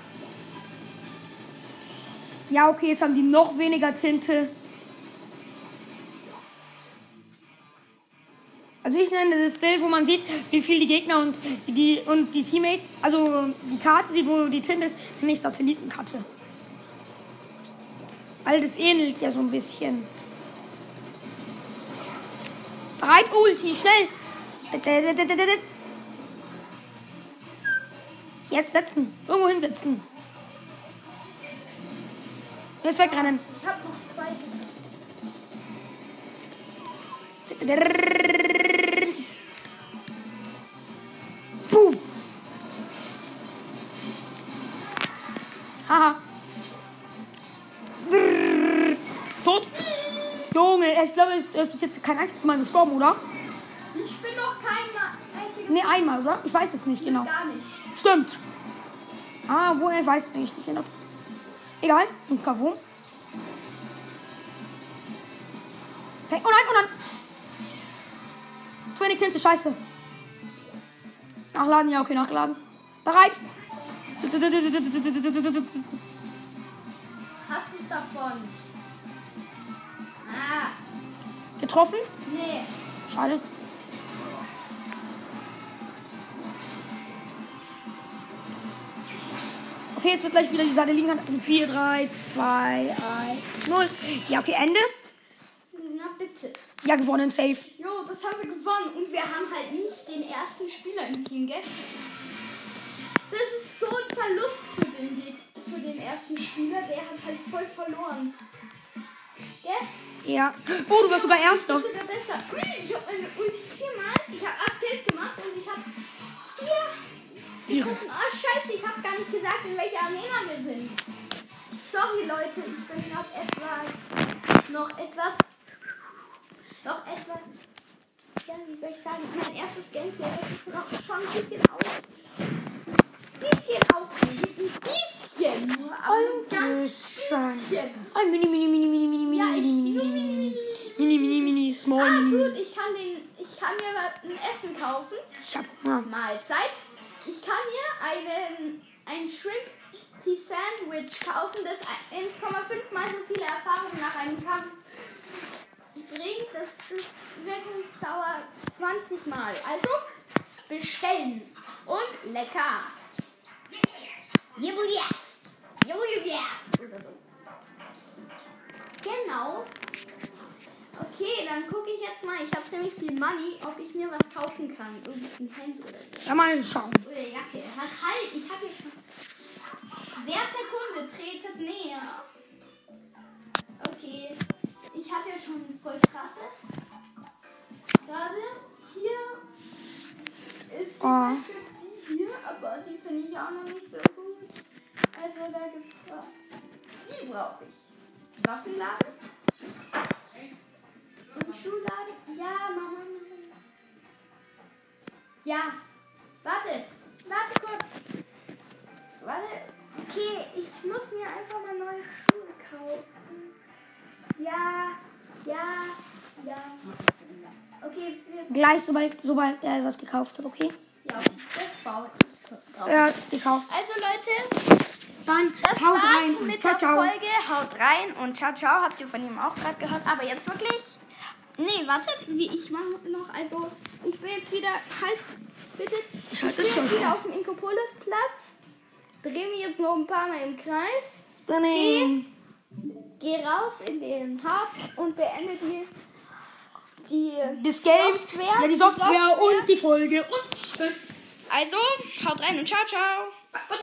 Speaker 2: Ja, okay, jetzt haben die noch weniger Tinte. Also ich nenne das Bild, wo man sieht, wie viel die Gegner und die, und die Teammates, also die Karte sieht, wo die Tinte ist, nenne ich Satellitenkarte. Weil das ähnelt ja so ein bisschen. Bereit, Oh, Ulti, schnell! Jetzt setzen, irgendwo hinsetzen. Jetzt wegrennen.
Speaker 1: Ich hab noch zwei. Dinge.
Speaker 2: Boom. Haha. Drrrr. Tot. Junge, ich glaube, er ist bis jetzt kein einziges Mal gestorben, oder?
Speaker 1: Ich bin noch kein Ma- einziger.
Speaker 2: Ne, einmal, oder? Ich weiß es nicht genau.
Speaker 1: Gar nicht.
Speaker 2: Stimmt. Ah, wo er weiß nicht. Ich genau. Egal. Und Kavum. Hey, oh nein, oh nein. Zu wenig Tinte, scheiße. Nachladen, ja, okay, nachladen. Bereit.
Speaker 1: Hast es davon. Ah,
Speaker 2: Getroffen.
Speaker 1: nee.
Speaker 2: Schade. Okay, jetzt wird gleich wieder die Seite liegen. Also 4, 3, 2, 1, 0. Ja, okay, Ende.
Speaker 1: Na bitte.
Speaker 2: Ja, gewonnen, safe.
Speaker 1: Jo, das haben wir gewonnen. Und wir haben halt nicht den ersten Spieler im Team, gell? Das ist so ein Verlust für den, Geg- für den ersten Spieler. Der hat halt voll verloren. Gell?
Speaker 2: Ja. Oh, du warst sogar Erster.
Speaker 1: Sogar besser. Ui, Ich hab meine Ulti viermal. Ich hab acht Kills gemacht und ich hab vier.
Speaker 2: Vier.
Speaker 1: Sekunden. Oh, scheiße, ich hab gar nicht gesagt, in welcher Arena wir sind. Sorry, Leute, ich bin noch etwas. Noch etwas. Noch etwas. Ja, wie soll ich sagen? Mein erstes Gameplay. Ich bin auch schon ein bisschen auf. Bisschen aufregend. Ein bisschen nur. Aber ein ganz
Speaker 2: Schein.
Speaker 1: bisschen.
Speaker 2: Ein Mini, Mini, Mini, Mini, Mini,
Speaker 1: Ja, ich-
Speaker 2: Mini, Mini, Mini, Mini, Mini, Mini, Mini, Mini, Small,
Speaker 1: Ah,
Speaker 2: Mini,
Speaker 1: gut,
Speaker 2: Mini.
Speaker 1: ich kann, den, ich kann mir was- ein Essen kaufen.
Speaker 2: Ich hab Hunger.
Speaker 1: Mahlzeit. Ich kann mir einen, ein Shrimp Pea Sandwich kaufen, das 1,5 mal so viele Erfahrungen nach einem Kampf bringt. Das ist Wirkungsdauer 20 Mal. Also bestellen und lecker. Jubel jetzt! Jubel jetzt! Oder so. Genau. Okay, dann gucke ich jetzt mal. Ich habe ziemlich viel Money, ob ich mir was kaufen kann. Irgendein Hemd oder so.
Speaker 2: Ja, mal schauen.
Speaker 1: Oder Jacke. Ach, halt, ich habe hier schon. Werte Kunde, tretet näher. Okay, ich habe ja schon voll krasse. Gerade hier ist zum
Speaker 2: Oh.
Speaker 1: Beispiel die hier, aber die finde ich auch noch nicht so gut. Also da gibt's was. Die brauche ich. Waffenladen. Und Schuhladen. Ja, Mama. Mama. Ja. Warte. Warte kurz. Warte. Okay, ich muss mir einfach mal neue Schuhe kaufen. Ja. Ja. Ja. Okay, wir.
Speaker 2: Gleich, sobald, sobald er was gekauft hat, okay?
Speaker 1: Ja, das baue ich kurz drauf.
Speaker 2: Er hat's gekauft.
Speaker 1: Also Leute,
Speaker 2: Dann
Speaker 1: das
Speaker 2: haut
Speaker 1: war's
Speaker 2: rein.
Speaker 1: mit
Speaker 2: Ciao,
Speaker 1: der
Speaker 2: ciao.
Speaker 1: Folge. Haut rein und ciao, ciao. Habt ihr von ihm auch gerade gehört. Aber jetzt wirklich. Nee, wartet. Wie ich mache noch. Also, ich bin jetzt wieder halb Bitte.
Speaker 2: Schaut
Speaker 1: Ich
Speaker 2: das
Speaker 1: bin
Speaker 2: schon
Speaker 1: jetzt wieder
Speaker 2: an.
Speaker 1: auf dem Inkopolisplatz. Drehe mich jetzt noch ein paar Mal im Kreis.
Speaker 2: Nein.
Speaker 1: Gehe raus in den Hub und beende die. die
Speaker 2: Das Game,
Speaker 1: Software?
Speaker 2: ja, die Software und die Folge und tschüss.
Speaker 1: also, haut rein und ciao, ciao.